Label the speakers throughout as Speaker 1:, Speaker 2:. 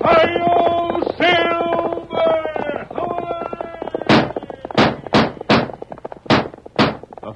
Speaker 1: Hi-yo, Silver! A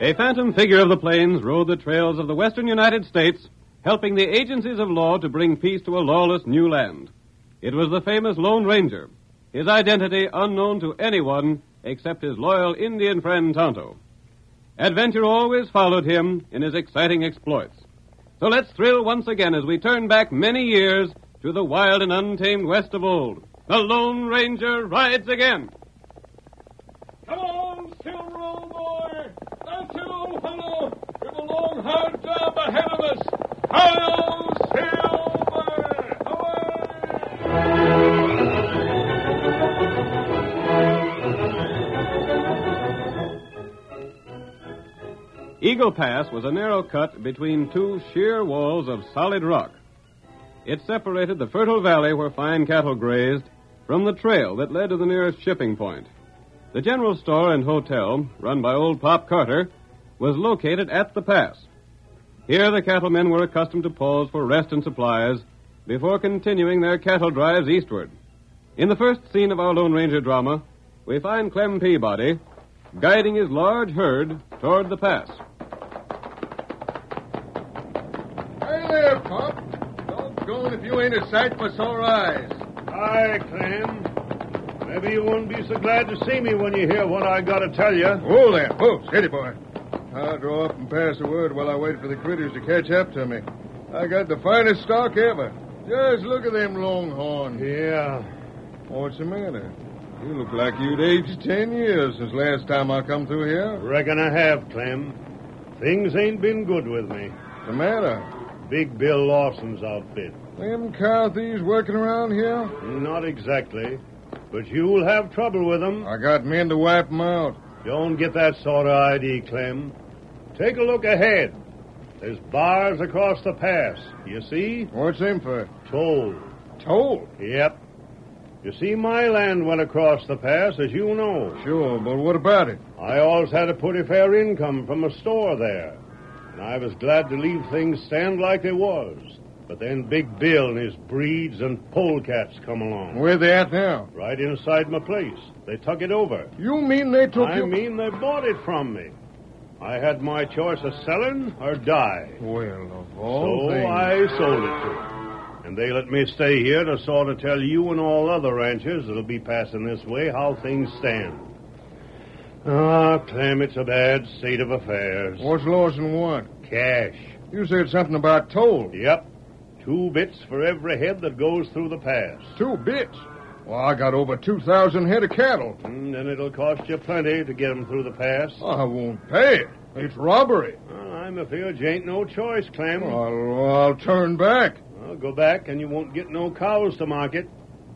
Speaker 1: A phantom figure of the plains rode the trails of the western United States, helping the agencies of law to bring peace to a lawless new land. It was the famous Lone Ranger, his identity unknown to anyone except his loyal Indian friend Tonto. Adventure always followed him in his exciting exploits. So let's thrill once again as we turn back many years to the wild and untamed west of old. The Lone Ranger rides again. Come on, Silver Old Boy! Don't you hello! We've a long, hard job ahead of us! Hello, Silver! Away! Eagle Pass was a narrow cut between two sheer walls of solid rock. It separated the fertile valley where fine cattle grazed from the trail that led to the nearest shipping point. The general store and hotel, run by old Pop Carter, was located at the pass. Here the cattlemen were accustomed to pause for rest and supplies before continuing their cattle drives eastward. In the first scene of our Lone Ranger drama, we find Clem Peabody guiding his large herd toward the pass.
Speaker 2: Hey there, Pop. Doggone if you ain't a sight for sore eyes.
Speaker 3: Hi, Clem. Maybe you won't be so glad to see me when you hear what I gotta tell you.
Speaker 2: Whoa there, whoa, steady, boy. I'll draw up and pass the word while I wait for the critters to catch up to me. I got the finest stock ever. Just look at them longhorns.
Speaker 3: Yeah.
Speaker 2: What's the matter? You look like you'd aged ten years since last time I come through here.
Speaker 3: Reckon I have, Clem. Things ain't been good with me.
Speaker 2: What's the matter?
Speaker 3: Big Bill Lawson's outfit.
Speaker 2: Them cow thieves working around here?
Speaker 3: Not exactly. But you'll have trouble with them.
Speaker 2: I got men to wipe 'em out.
Speaker 3: Don't get that sort of ID, Clem. Take a look ahead. There's bars across the pass. You see?
Speaker 2: What's them for?
Speaker 3: Toll.
Speaker 2: Toll.
Speaker 3: Yep. You see, my land went across the pass, as you know.
Speaker 2: Sure, but what about it?
Speaker 3: I always had a pretty fair income from a store there, and I was glad to leave things stand like they was. But then Big Bill and his breeds and polecats come along.
Speaker 2: Where they at now?
Speaker 3: Right inside my place. They took it over.
Speaker 2: You mean they took
Speaker 3: I
Speaker 2: you...
Speaker 3: mean, they bought it from me. I had my choice of selling or die.
Speaker 2: Well, of all
Speaker 3: so
Speaker 2: things...
Speaker 3: Oh, I sold it to them. And they let me stay here to sort of tell you and all other ranchers that'll be passing this way how things stand. Ah, Clem, it's a bad state of affairs.
Speaker 2: What's Lawson want?
Speaker 3: Cash.
Speaker 2: You said something about toll.
Speaker 3: Yep. Two bits for every head that goes through the pass.
Speaker 2: Two bits. Well, I got over 2,000 head of cattle.
Speaker 3: And Mm, then it'll cost you plenty to get 'em through the pass.
Speaker 2: I won't pay it. It's robbery.
Speaker 3: Well, I'm afraid you ain't no choice, Clem.
Speaker 2: I'll, I'll turn back.
Speaker 3: Well, go back and you won't get no cows to market.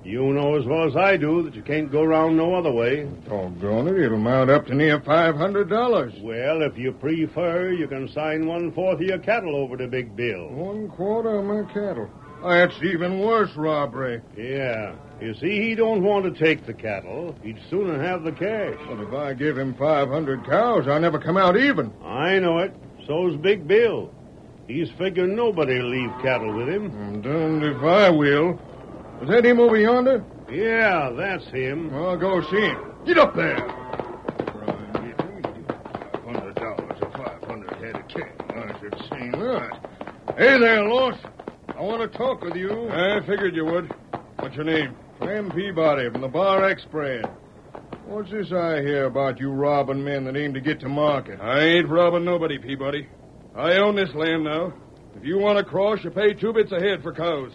Speaker 3: You know as well as I do that you can't go round no other way.
Speaker 2: Doggone it, it'll mount up to near $500.
Speaker 3: Well, if you prefer, you can sign one fourth of your cattle over to Big Bill.
Speaker 2: One quarter of my cattle. That's even worse robbery.
Speaker 3: Yeah. You see, he don't want to take the cattle. He'd sooner have the cash.
Speaker 2: But if I give him 500 cows, I'll never come out even.
Speaker 3: I know it. So's Big Bill. He's figuring nobody'll leave cattle with him.
Speaker 2: I'm damned if I will. Is that him over yonder?
Speaker 3: Yeah, that's him.
Speaker 2: Well, go see him. Get up there. $500 or 500 head of cattle. I should see that. Hey there, Lawson. I want to talk with you. I figured you would. What's your name? Clem Peabody from the Bar Express. What's this I hear about you robbing men that aim to get to market? I ain't robbing nobody, Peabody. I own this land now. If you want to cross, you pay two bits a head for cows.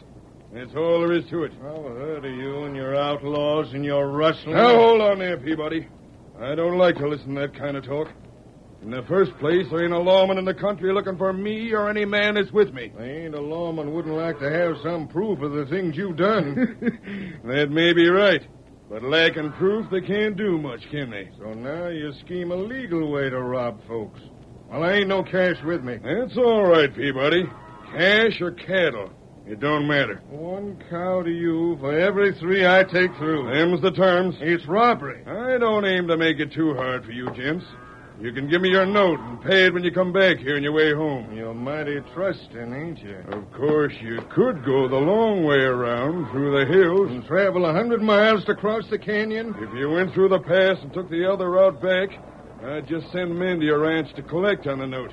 Speaker 2: That's all there is to it. I've heard of you and your outlaws and your rustling. Now, hold on there, Peabody. I don't like to listen to that kind of talk. In the first place, there ain't a lawman in the country looking for me or any man that's with me. There ain't a lawman wouldn't like to have some proof of the things you've done. that may be right. But lacking proof, they can't do much, can they? So now you scheme a legal way to rob folks. Well, I ain't no cash with me. That's all right, Peabody. Cash or cattle. It don't matter. One cow to you for every three I take through. Them's the terms. It's robbery. I don't aim to make it too hard for you, gents. You can give me your note and pay it when you come back here on your way home. You're mighty trusting, ain't you? Of course, you could go the long way around through the hills. And travel a hundred miles to cross the canyon? If you went through the pass and took the other route back, I'd just send men to your ranch to collect on the note.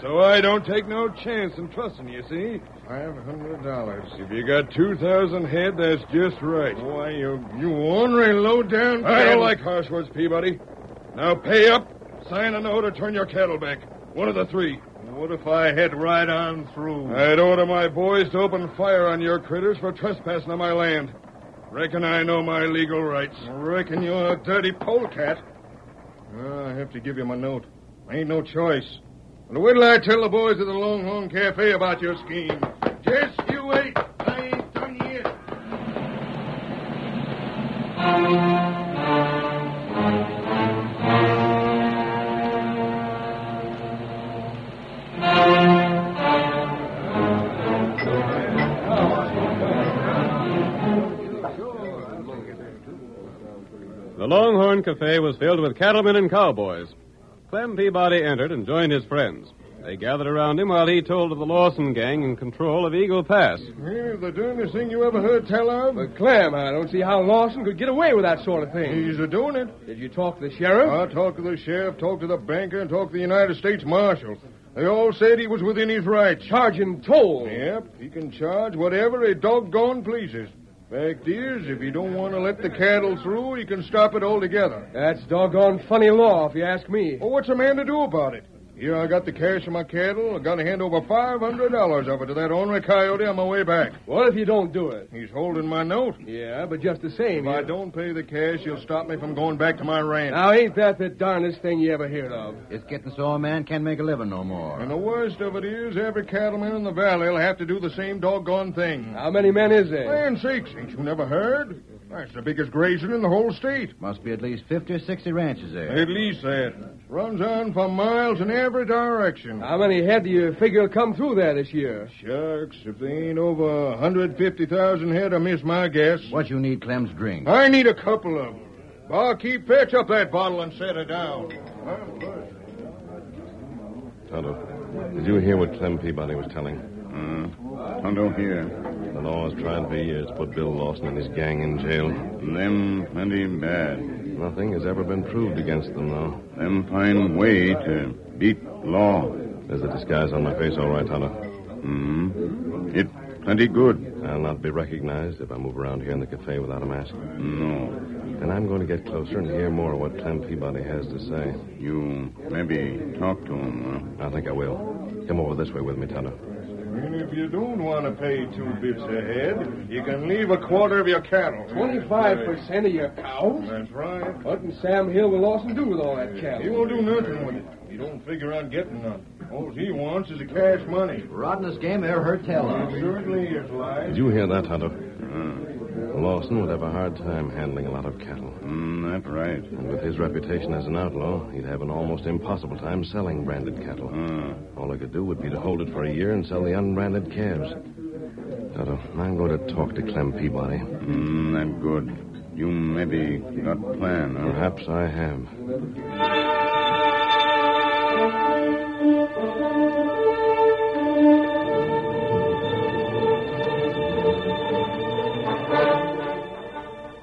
Speaker 2: So I don't take no chance in trusting you, see? Five hundred dollars. If you got two thousand head, that's just right. Why, you you ornery low down. I don't like harsh words, Peabody. Now pay up, sign a note, or turn your cattle back. One of the three. What if I head right on through? I'd order my boys to open fire on your critters for trespassing on my land. Reckon I know my legal rights. Reckon you're a dirty polecat. Ah, I have to give you my note. Ain't no choice. But wait till I tell the boys at the Longhorn Cafe about your scheme. Just you wait. I ain't done yet.
Speaker 1: The Longhorn Cafe was filled with cattlemen and cowboys. Clem Peabody entered and joined his friends. They gathered around him while he told of the Lawson gang in control of Eagle Pass.
Speaker 2: Here's the darndest thing you ever heard tell of.
Speaker 4: But, Clem, I don't see how Lawson could get away with that sort of thing.
Speaker 2: He's a doing it.
Speaker 4: Did you talk to the sheriff?
Speaker 2: I talked to the sheriff, talked to the banker, and talked to the United States Marshal. They all said he was within his rights.
Speaker 4: Charge him toll.
Speaker 2: Yep, he can charge whatever he doggone pleases. Fact is, if he don't want to let the cattle through, he can stop it altogether.
Speaker 4: That's doggone funny law, if you ask me.
Speaker 2: Well, what's a man to do about it? Here I got the cash for my cattle. I got to hand over five hundred dollars of it to that ornery coyote on my way back.
Speaker 4: What if you don't do it?
Speaker 2: He's holding my note.
Speaker 4: Yeah, but just the same.
Speaker 2: If I
Speaker 4: you-
Speaker 2: don't pay the cash, he'll stop me from going back to my ranch.
Speaker 1: Ah.
Speaker 4: Now, ain't that the darndest thing you ever heard of?
Speaker 5: It's getting so a man can't make a living no more.
Speaker 2: And the worst of it is, every cattleman in the valley'll have to do the same doggone thing.
Speaker 1: Ah.
Speaker 4: How many men is there?
Speaker 2: Land sakes, ain't you never heard? That's the biggest grazing in the whole state.
Speaker 5: Must be at least 50 or 60 ranches there.
Speaker 2: At least that. Runs on for miles in every direction.
Speaker 1: Ah.
Speaker 4: How many head do you figure will come through there this year?
Speaker 2: Shucks, if they ain't over 150,000 head, I miss my guess.
Speaker 5: What you need, Clem's drink.
Speaker 2: I need a couple of 'em. Barkeep, fetch up that bottle and set it down.
Speaker 6: Tonto, did you hear what Clem Peabody was telling?
Speaker 7: Tonto here.
Speaker 6: The law has tried for years to put Bill Lawson and his gang in jail.
Speaker 7: Them plenty bad.
Speaker 6: Nothing has ever been proved against them, though.
Speaker 7: Them find way to beat law.
Speaker 6: There's the disguise on my face, all right, Tonto.
Speaker 7: Hmm. It plenty good.
Speaker 6: I'll not be recognized if I move around here in the cafe without a mask.
Speaker 7: No.
Speaker 6: And I'm going to get closer and hear more of what Clem Peabody has to say.
Speaker 7: You maybe talk to him.
Speaker 6: I think I will. Come over this way with me, Tonto.
Speaker 2: And if you don't want to pay two bits a head, you can leave a quarter of your cattle.
Speaker 4: 25% of your cows?
Speaker 2: That's right.
Speaker 4: What in Sam Hill will Lawson do with all that
Speaker 2: He
Speaker 4: cattle?
Speaker 2: won't do nothing with it. He don't figure on getting none. All he wants is the cash money.
Speaker 5: Rottenest game I ever heard tell
Speaker 2: It
Speaker 5: of.
Speaker 2: certainly is lies.
Speaker 6: Did you hear that, Hunter?
Speaker 7: Hmm.
Speaker 6: Lawson would have a hard time handling a lot of cattle.
Speaker 7: Mm, that's right.
Speaker 6: And with his reputation as an outlaw, he'd have an almost impossible time selling branded cattle. All he could do would be to hold it for a year and sell the unbranded calves. Toto, I'm going to talk to Clem Peabody.
Speaker 7: Mm, that's good. You maybe got plan, huh?
Speaker 6: Perhaps I have.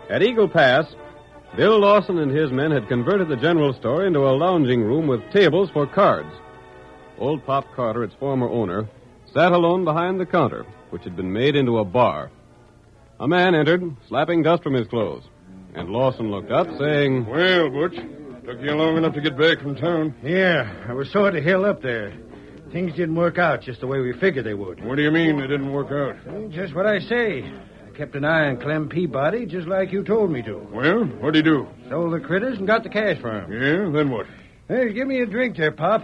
Speaker 1: At Eagle Pass, Bill Lawson and his men had converted the general store into a lounging room with tables for cards. Old Pop Carter, its former owner, sat alone behind the counter, which had been made into a bar. A man entered, slapping dust from his clothes, and Lawson looked up, saying,
Speaker 2: Well, Butch, took you long enough to get back from town.
Speaker 8: Yeah, I was sort of held up there. Things didn't work out just the way we figured they would.
Speaker 2: What do you mean it didn't work out?
Speaker 8: Just what I say. I kept an eye on Clem Peabody just like you told me to.
Speaker 2: Well, what'd he do?
Speaker 8: Sold the critters and got the cash for 'em.
Speaker 2: Yeah, then what?
Speaker 8: Hey, give me a drink there, Pop.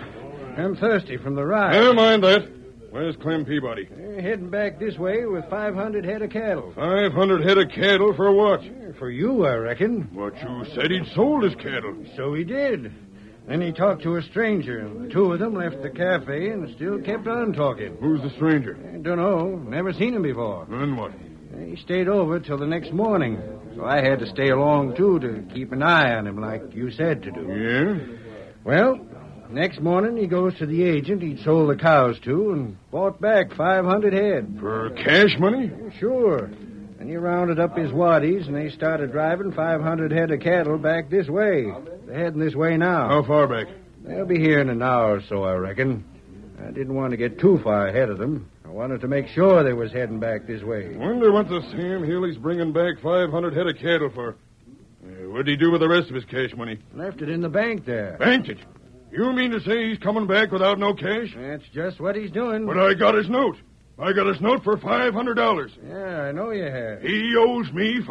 Speaker 8: I'm thirsty from the ride.
Speaker 2: Never mind that. Where's Clem Peabody?
Speaker 8: We're heading back this way with 500 head of cattle.
Speaker 2: Five hundred head of cattle for what?
Speaker 8: For you, I reckon.
Speaker 2: But you said he'd sold his cattle.
Speaker 8: So he did. Then he talked to a stranger, and the two of them left the cafe and still kept on talking.
Speaker 2: Who's the stranger?
Speaker 8: I don't know. Never seen him before.
Speaker 2: Then what?
Speaker 8: He stayed over till the next morning, so I had to stay along too to keep an eye on him, like you said to do.
Speaker 2: Yeah?
Speaker 8: Well, next morning he goes to the agent he'd sold the cows to and bought back 500 head.
Speaker 2: For cash money?
Speaker 8: Sure. And he rounded up his waddies and they started driving 500 head of cattle back this way. They're heading this way now.
Speaker 2: How far back?
Speaker 8: They'll be here in an hour or so, I reckon. I didn't want to get too far ahead of them. I wanted to make sure they was heading back this way.
Speaker 2: Wonder what the Sam Healy's bringing back 500 head of cattle for. Uh, what'd he do with the rest of his cash money?
Speaker 8: Left it in the bank there.
Speaker 2: Banked it. You mean to say he's coming back without no cash?
Speaker 8: That's just what he's doing.
Speaker 2: But I got his note. I got his note for $500.
Speaker 8: Yeah, I know you have.
Speaker 2: He owes me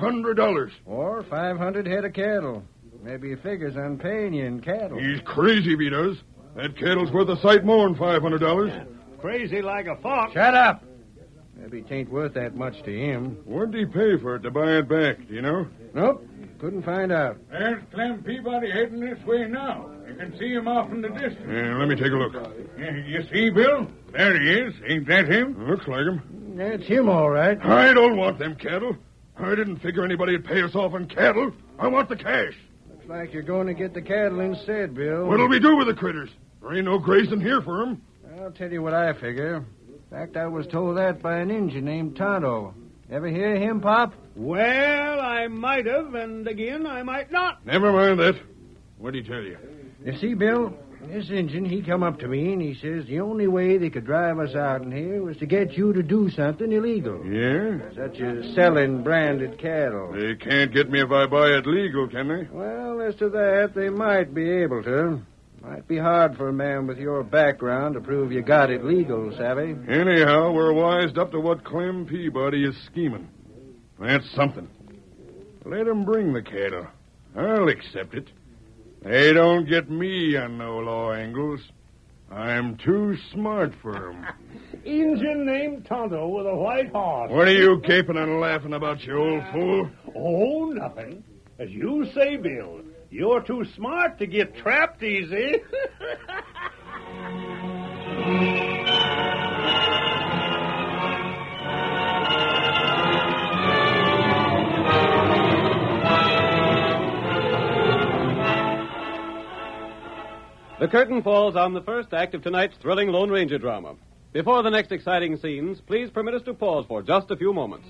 Speaker 2: $500.
Speaker 8: Or 500 head of cattle. Maybe he figures on paying you in cattle.
Speaker 2: He's crazy if he does. That cattle's worth a sight more'n $500.
Speaker 3: Crazy like a fox.
Speaker 8: Shut up! Maybe it ain't worth that much to him.
Speaker 2: What'd he pay for it to buy it back, do you know?
Speaker 8: Nope, couldn't find out.
Speaker 2: There's Clem Peabody heading this way now. You can see him off in the distance. Yeah, let me take a look. You see, Bill? There he is. Ain't that him? Looks like him.
Speaker 8: That's him, all right.
Speaker 2: I don't want them cattle. I didn't figure anybody would pay us off in cattle. I want the cash.
Speaker 8: Looks like you're going to get the cattle instead, Bill.
Speaker 2: What'll we do with the critters? There ain't no grazing here for 'em.
Speaker 8: I'll tell you what I figure. In fact, I was told that by an Injun named Tonto. Ever hear him, Pop?
Speaker 3: Well, I might have, and again, I might not.
Speaker 2: Never mind that. What'd he tell you?
Speaker 8: You see, Bill, this Injun, he come up to me and he says the only way they could drive us out in here was to get you to do something illegal.
Speaker 2: Yeah?
Speaker 8: Such as selling branded cattle.
Speaker 2: They can't get me if I buy it legal, can they?
Speaker 8: Well, as to that, they might be able to. Might be hard for a man with your background to prove you got it legal, savvy.
Speaker 2: Anyhow, we're wised up to what Clem Peabody is scheming. That's something. Let 'em bring the cattle. I'll accept it. They don't get me on no law angles. I'm too smart for 'em.
Speaker 3: Injun named Tonto with a white horse.
Speaker 2: what are you caping and laughing about, you old fool?
Speaker 3: Oh, nothing. As you say, Bill, you're too smart to get trapped easy.
Speaker 1: The curtain falls on the first act of tonight's thrilling Lone Ranger drama. Before the next exciting scenes, please permit us to pause for just a few moments.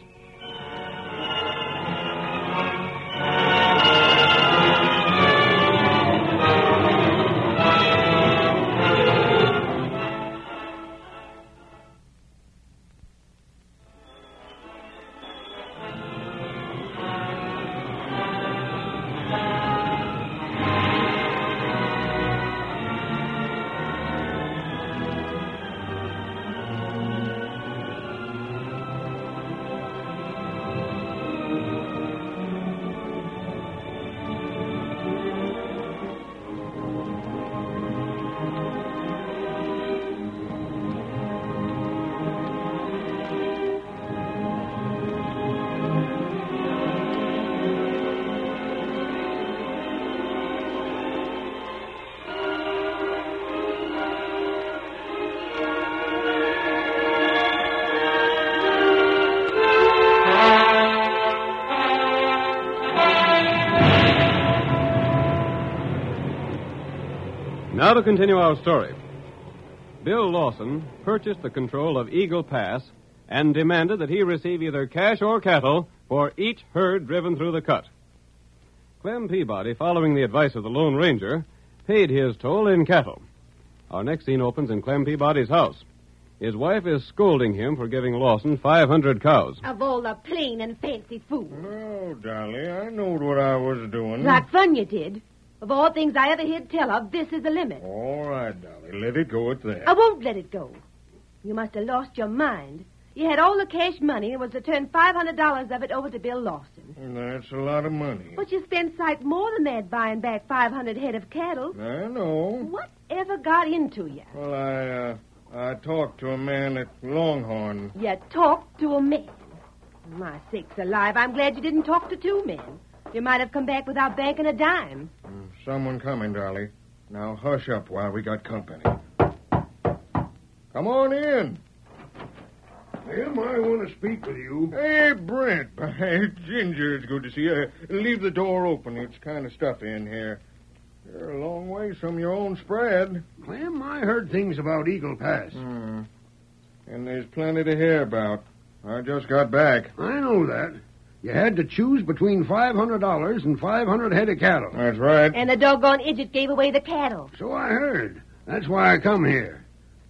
Speaker 1: Now to continue our story. Bill Lawson purchased the control of Eagle Pass and demanded that he receive either cash or cattle for each herd driven through the cut. Clem Peabody, following the advice of the Lone Ranger, paid his toll in cattle. Our next scene opens in Clem Peabody's house. His wife is scolding him for giving Lawson 500 cows.
Speaker 9: Of all the plain and fancy food.
Speaker 2: Oh, Dolly, I knowed what I was doing.
Speaker 9: Like fun you did. Of all things I ever heard tell of, this is the limit.
Speaker 2: All right, Dolly, let it go at that.
Speaker 9: I won't let it go. You must have lost your mind. You had all the cash money and was to turn $500 of it over to Bill Lawson.
Speaker 2: That's a lot of money.
Speaker 9: But you spent sight more than that buying back 500 head of cattle.
Speaker 2: I know.
Speaker 9: Whatever got into you?
Speaker 2: Well, I, uh, I talked to a man at Longhorn.
Speaker 9: You talked to a man. My sakes alive, I'm glad you didn't talk to two men. You might have come back without banking a dime.
Speaker 2: Someone coming, Dolly. Now hush up while we got company. Come on in.
Speaker 8: Jim, I want to speak with you.
Speaker 2: Hey, Brent. Hey, Ginger, it's good to see you. Leave the door open. It's kind of stuffy in here. You're a long ways from your own spread.
Speaker 8: Clem, I heard things about Eagle Pass.
Speaker 2: Hmm. And there's plenty to hear about. I just got back.
Speaker 8: I know that. You had to choose between $500 and 500 head of cattle.
Speaker 2: That's right.
Speaker 9: And the doggone idiot gave away the cattle.
Speaker 8: So I heard. That's why I come here.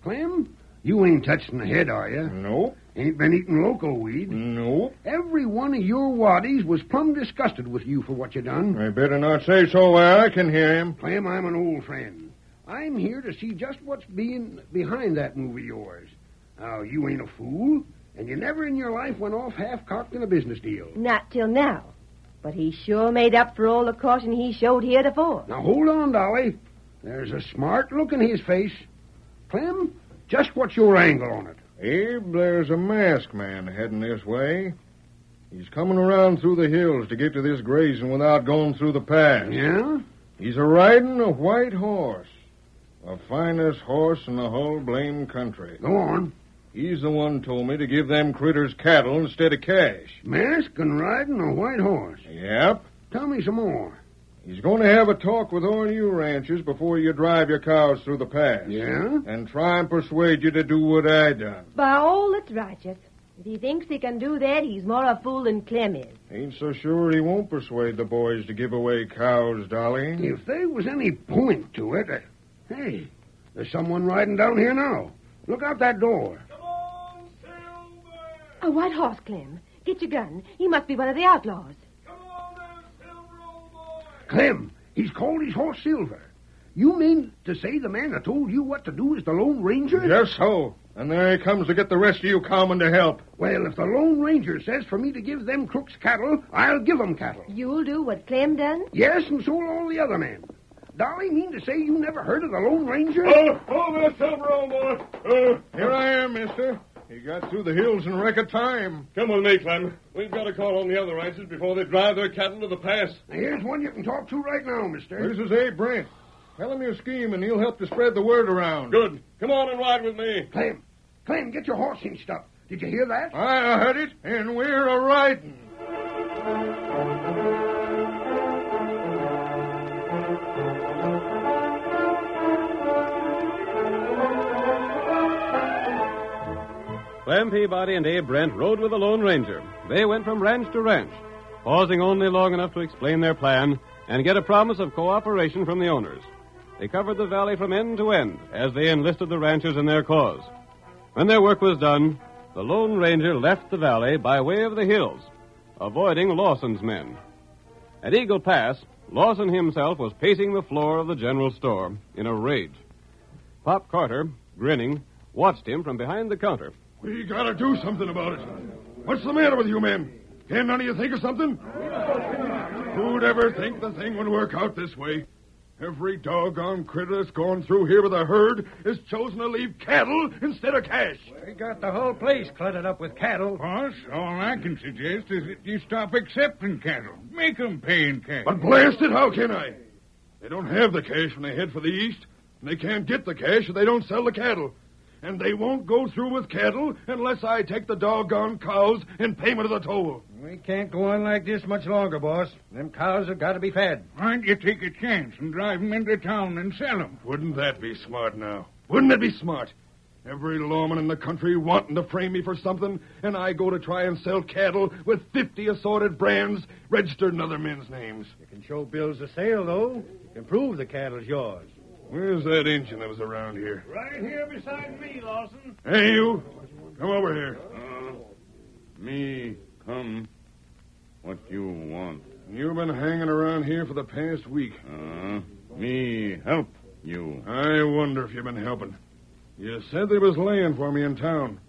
Speaker 8: Clem, you ain't touching the head, are you?
Speaker 2: Nope.
Speaker 8: Ain't been eating loco weed.
Speaker 2: Nope.
Speaker 8: Every one of your waddies was plumb disgusted with you for what you done.
Speaker 2: I better not say so where I can hear him.
Speaker 8: Clem, I'm an old friend. I'm here to see just what's being behind that move of yours. Now, you ain't a fool, and you never in your life went off half cocked in a business deal.
Speaker 9: Not till now. But he sure made up for all the caution he showed heretofore.
Speaker 8: Now, hold on, Dolly. There's a smart look in his face. Clem, just what's your angle on it?
Speaker 2: Abe, there's a masked man heading this way. He's coming around through the hills to get to this grazing without going through the pass.
Speaker 8: Yeah?
Speaker 2: He's a riding a white horse. The finest horse in the whole blame country.
Speaker 8: Go on.
Speaker 2: He's the one told me to give them critters cattle instead of cash.
Speaker 8: Mask and riding a white horse.
Speaker 2: Yep.
Speaker 8: Tell me some more.
Speaker 2: He's going to have a talk with all you ranchers before you drive your cows through the pass.
Speaker 8: Yeah?
Speaker 2: And try and persuade you to do what I done.
Speaker 9: By all that's righteous. If he thinks he can do that, he's more a fool than Clem is.
Speaker 2: Ain't so sure he won't persuade the boys to give away cows, Dolly.
Speaker 8: If there was any point to it. uh, hey, there's someone riding down here now. Look out that door.
Speaker 9: A white horse, Clem. Get your gun. He must be one of the outlaws.
Speaker 8: Clem, he's called his horse Silver. You mean to say the man that told you what to do is the Lone Ranger?
Speaker 2: Yes, so. And there he comes to get the rest of you cowmen to help.
Speaker 8: Well, if the Lone Ranger says for me to give them crooks cattle, I'll give 'em cattle.
Speaker 9: You'll do what Clem done?
Speaker 8: Yes, and so will all the other men. Dolly, mean to say you never heard of the Lone Ranger?
Speaker 2: oh, there, Silver, old Oh, boy. here I am, mister. He got through the hills in record time.
Speaker 1: Come with me, Clem. We've got to call on the other ranchers before they drive their cattle to the pass.
Speaker 8: Now, here's one you can talk to right now, mister.
Speaker 2: This is Abe Brent. Tell him your scheme, and he'll help to spread the word around.
Speaker 1: Good. Come on and ride with me.
Speaker 8: Clem, Clem, get your horse cinched up. Did you hear that?
Speaker 2: I heard it, and we're a riding.
Speaker 1: Clem Peabody and Abe Brent rode with the Lone Ranger. They went from ranch to ranch, pausing only long enough to explain their plan and get a promise of cooperation from the owners. They covered the valley from end to end as they enlisted the ranchers in their cause. When their work was done, the Lone Ranger left the valley by way of the hills, avoiding Lawson's men. At Eagle Pass, Lawson himself was pacing the floor of the general store in a rage. Pop Carter, grinning, watched him from behind the counter.
Speaker 2: We gotta do something about it. What's the matter with you men? Can none of you think of something? Who'd ever think the thing would work out this way? Every doggone critter that's gone through here with a herd has chosen to leave cattle instead of cash.
Speaker 10: We got the whole place cluttered up with cattle.
Speaker 2: Boss, all I can suggest is that you stop
Speaker 11: accepting cattle. Make 'em pay in cash.
Speaker 2: But blast it, how can I? They don't have the cash when they head for the east, and they can't get the cash if they don't sell the cattle. and they won't go through with cattle unless I take the doggone cows in payment of the toll.
Speaker 12: We can't go on like this much longer, boss. Them cows have got to be fed.
Speaker 3: Why don't you take a chance and drive 'em into town and sell 'em?
Speaker 2: Wouldn't that be smart now? Wouldn't it be smart? Every lawman in the country wanting to frame me for something, and I go to try and sell cattle with 50 assorted brands registered in other men's names. You
Speaker 12: can show bills of sale, though. You can prove the cattle's yours.
Speaker 2: Where's that engine that was around here?
Speaker 13: Right here beside me, Lawson.
Speaker 2: Hey, you. Come over here.
Speaker 14: Uh, Me come. What you want?
Speaker 2: You've been hanging around here for the past week.
Speaker 14: Uh, me help you.
Speaker 2: I wonder if you've been helping. You said there was land for me in town,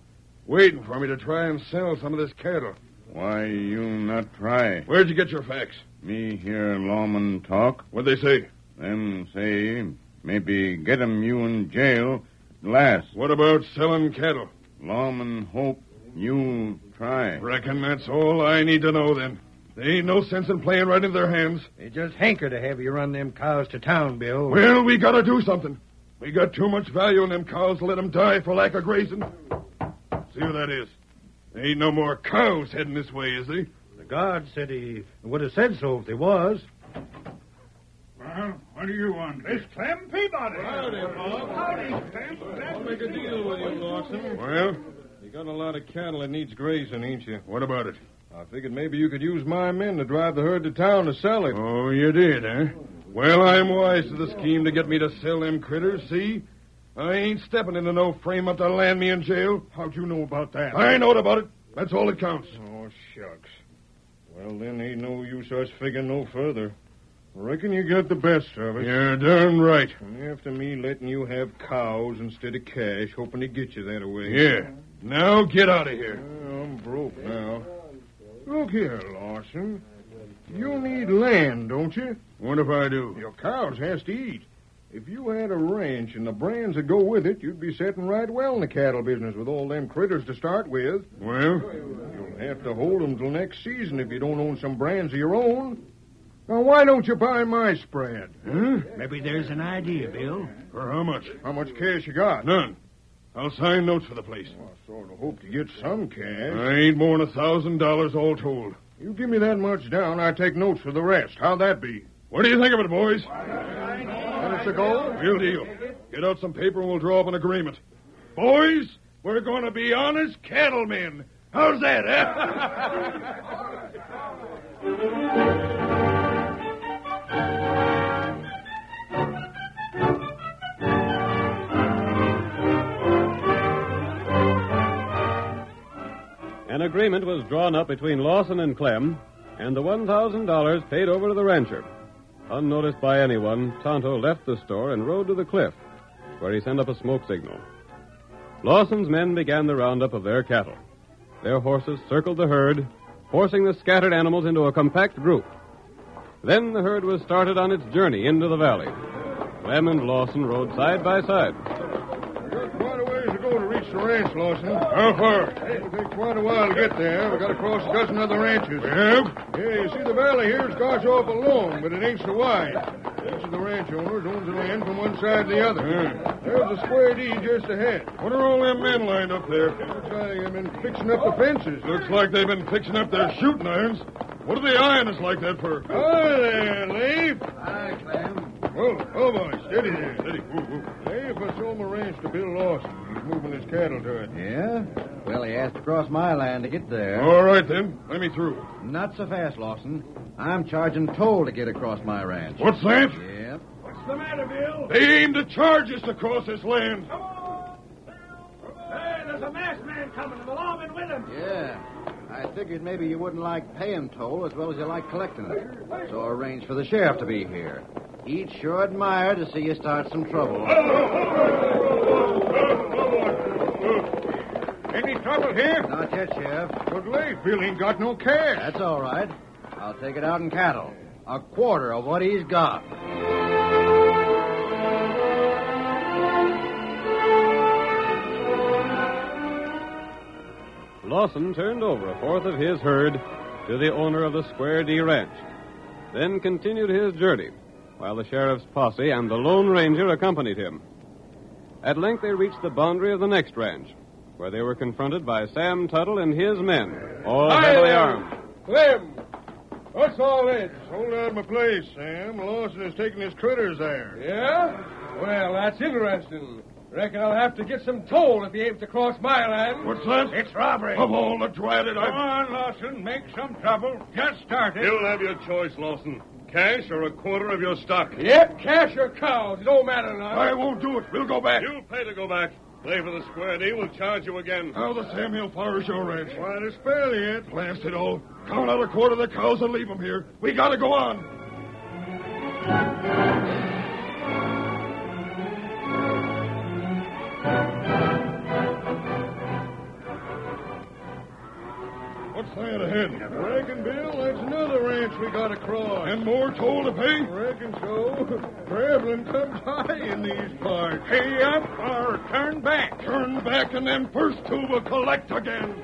Speaker 2: waiting for me to try and sell some of this cattle.
Speaker 14: Why you not try?
Speaker 2: Where'd you get your facts?
Speaker 14: Me hear lawman talk.
Speaker 2: What they say?
Speaker 14: Them say maybe get 'em you in jail at last.
Speaker 2: What about selling cattle?
Speaker 14: Lawman hope you try.
Speaker 2: Reckon that's all I need to know then. There ain't no sense in playing right into their hands.
Speaker 12: They just hanker to have you run them cows to town, Bill.
Speaker 2: Well, we gotta do something. We got too much value in them cows to let 'em die for lack of grazing. See who that is. There ain't no more cows heading this way, is there?
Speaker 12: The guard said he would have said so if there was.
Speaker 3: Well, what do you want?
Speaker 2: It's
Speaker 3: Clem Peabody.
Speaker 2: Howdy, Bob.
Speaker 3: Howdy, Clem. Glad
Speaker 2: I'll
Speaker 3: to
Speaker 2: make a
Speaker 3: see
Speaker 2: deal with you, Lawson. Well, you got a lot of cattle that needs grazing, ain't you? What about it? I figured maybe you could use my men to drive the herd to town to sell it. Oh, you did, huh? Well, I'm wise to the scheme to get me to sell them critters, see? I ain't stepping into no frame up to land me in jail.
Speaker 3: How'd you know about that?
Speaker 2: I knowed about it. That's all that counts.
Speaker 3: Oh, shucks.
Speaker 2: Well, then, ain't no use us figuring no further. Reckon you got the best of
Speaker 3: us.
Speaker 2: You're darn right. After me letting you have cows instead of cash, hoping to get you that away. Yeah. Now get out of here. I'm broke now.
Speaker 3: Look here, Lawson. You need land, don't you?
Speaker 2: What if I do?
Speaker 3: Your cows has to eat. If you had a ranch and the brands that go with it, you'd be setting right well in the cattle business with all them critters to start with.
Speaker 2: Well,
Speaker 3: You'll have to hold 'em till next season if you don't own some brands of your own. Now, why don't you buy my spread?
Speaker 2: huh?
Speaker 12: Maybe there's an idea, Bill.
Speaker 2: For how much?
Speaker 3: How much cash you got?
Speaker 2: None. I'll sign notes for the place.
Speaker 3: Well, I sort of hope to get some cash.
Speaker 2: I ain't more than a thousand dollars all told.
Speaker 3: You give me that much down, I take notes for the rest. How'd that be?
Speaker 2: What do you think of it, boys?
Speaker 3: Minutes ago?
Speaker 2: Real deal. Get out some paper and we'll draw up an agreement. Boys, we're going to be honest cattlemen. How's that, eh?
Speaker 1: An agreement was drawn up between Lawson and Clem, and the $1,000 paid over to the rancher. Unnoticed by anyone, Tonto left the store and rode to the cliff, where he sent up a smoke signal. Lawson's men began the roundup of their cattle. Their horses circled the herd, forcing the scattered animals into a compact group. Then the herd was started on its journey into the valley. Clem and Lawson rode side by side.
Speaker 3: Quite a ways to go to reach the ranch, Lawson.
Speaker 2: How far?
Speaker 3: It'll take quite a while to get there. We got to cross a dozen other ranches.
Speaker 2: Yep.
Speaker 3: Yeah, you see, the valley here has got awful long, but it ain't so wide. Each of the ranch owners owns the land from one side to the other.
Speaker 2: Yeah.
Speaker 3: There's a square D just ahead.
Speaker 2: What are all them men lined up there?
Speaker 3: Looks like they've been fixing up the fences.
Speaker 2: Looks like they've been fixing up their shooting irons. What are they eyeing us like that for?
Speaker 3: Hi there, Leif.
Speaker 12: Hi, Clem.
Speaker 3: Whoa, oh boy, steady there.
Speaker 2: Steady. Whoa, whoa.
Speaker 3: Leif, I sold my ranch to Bill Lawson. He's moving his cattle to it.
Speaker 8: Yeah? Well, he has to cross my land to get there.
Speaker 2: All right, then. Let me through.
Speaker 8: Not so fast, Lawson. I'm charging toll to get across my ranch.
Speaker 2: What's that?
Speaker 8: Yep.
Speaker 3: What's the matter, Bill?
Speaker 2: They aim to charge us across this land.
Speaker 3: Hey, there's a masked man coming, and the lawman with him.
Speaker 8: Yeah. I figured maybe you wouldn't like paying toll as well as you like collecting it. So I arranged for the sheriff to be here. He'd sure admire to see you start some trouble.
Speaker 3: Any trouble here?
Speaker 8: Not yet, Sheriff.
Speaker 3: But Leif, Bill ain't got no cash.
Speaker 8: That's all right. I'll take it out in cattle. A quarter of what he's got.
Speaker 1: Lawson turned over a fourth of his herd to the owner of the Square D Ranch, then continued his journey while the sheriff's posse and the Lone Ranger accompanied him. At length they reached the boundary of the next ranch, where they were confronted by Sam Tuttle and his men, all
Speaker 2: Hi
Speaker 1: heavily
Speaker 2: Oh, there.
Speaker 1: armed.
Speaker 2: Clem! What's all this? Hold out my place, Sam. Lawson is taking his critters there.
Speaker 4: Yeah? Well, that's interesting. Reckon I'll have to get some toll if he aims to cross my land.
Speaker 2: What's that? It's robbery. Of all the dratted
Speaker 4: Go
Speaker 2: on, Lawson. Make some trouble. Just start
Speaker 4: it.
Speaker 2: You'll have your choice, Lawson. Cash or a quarter of your stock.
Speaker 4: Yep, cash or cows. It don't matter now.
Speaker 2: I won't do it. We'll go back.
Speaker 4: You
Speaker 2: pay to go back. Play for the square deal. We'll charge you again. How the Sam he'll fire your ranch? Why, it's barely it. Blast it all. Count out a quarter of the cows and leave them here. We gotta go on.
Speaker 15: What's that ahead?
Speaker 2: Reckon, Bill, that's another ranch we gotta cross. And more toll to pay? Reckon so. Traveling comes high in these parts. Pay up or turn back. Turn back and then first two will collect again.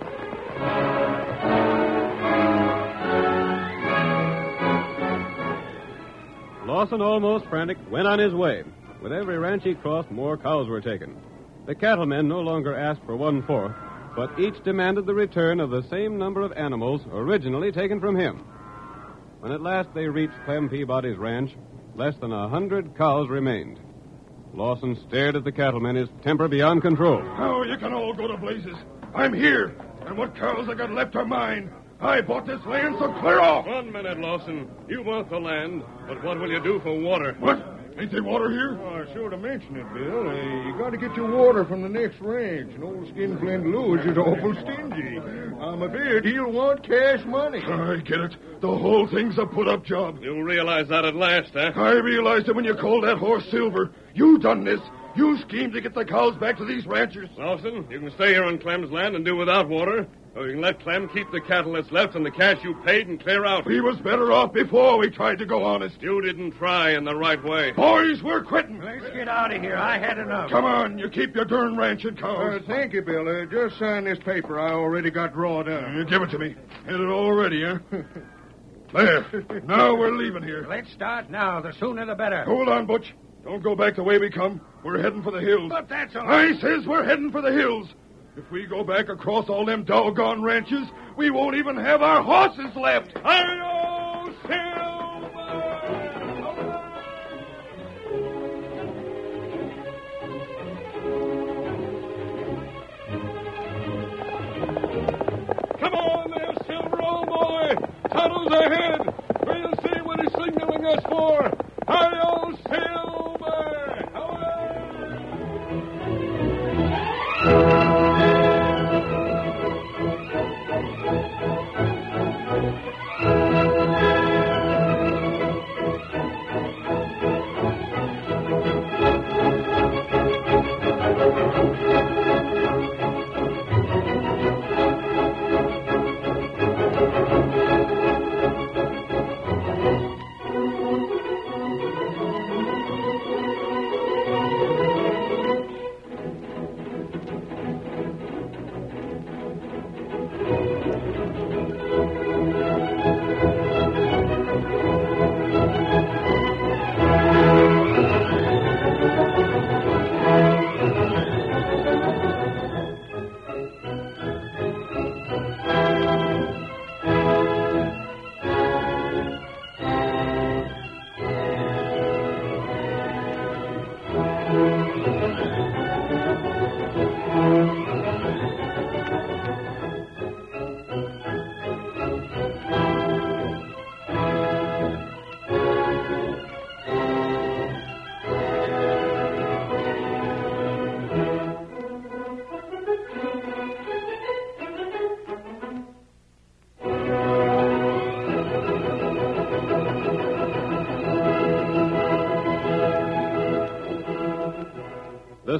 Speaker 1: Lawson, almost frantic, went on his way. With every ranch he crossed, more cows were taken. The cattlemen no longer asked for one fourth, but each demanded the return of the same number of animals originally taken from him. When at last they reached Clem Peabody's ranch, less than a hundred cows remained. Lawson stared at the cattlemen, his temper beyond control.
Speaker 2: Oh, you can all go to blazes. I'm here, and what cows I got left are mine. I bought this land, so clear off.
Speaker 16: One minute, Lawson. You want the land, but what will you do for water?
Speaker 2: What? Ain't there water here?
Speaker 15: Oh, sure to mention it, Bill. Uh, you got to get your water from the next ranch. An old skinflint Lewis is awful stingy. I'm a bid he'll want cash money.
Speaker 2: I get it. The whole thing's a put-up job.
Speaker 16: You realize that at last, eh? huh?
Speaker 2: I realized it when you called that horse Silver. You done this. You schemed to get the cows back to these ranchers.
Speaker 16: Lawson, you can stay here on Clem's land and do without water, or you can let Clem keep the cattle that's left and the cash you paid and clear out.
Speaker 2: We was better off before we tried to go honest.
Speaker 16: You didn't try in the right way.
Speaker 2: Boys, we're quitting.
Speaker 8: Let's get out of here. I had enough. Oh.
Speaker 2: Come on, you keep your darn ranch and
Speaker 15: Uh,
Speaker 2: cows.
Speaker 15: thank you, Bill. Uh, just sign this paper. I already got drawn down.
Speaker 2: You Uh, give it to me. Had it all ready, huh? There. Now we're leaving here.
Speaker 8: Let's start now. The sooner the better.
Speaker 2: Hold on, Butch. Don't go back the way we come. We're heading for the hills.
Speaker 8: But that's all.
Speaker 2: I says we're heading for the hills. If we go back across all them doggone ranches, we won't even have our horses left. Hi-yo,
Speaker 4: Come on there, Silver, old boy. Tuttle's ahead. We'll see what he's signaling us for. Hurry, old Silver.
Speaker 1: The